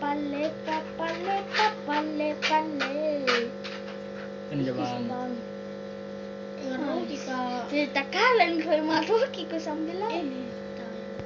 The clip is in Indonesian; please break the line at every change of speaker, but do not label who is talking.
pale kapale kapale pale.
Ano naman?
Maruki ka. Tita Karen ko maruki ko sambilan. Eh.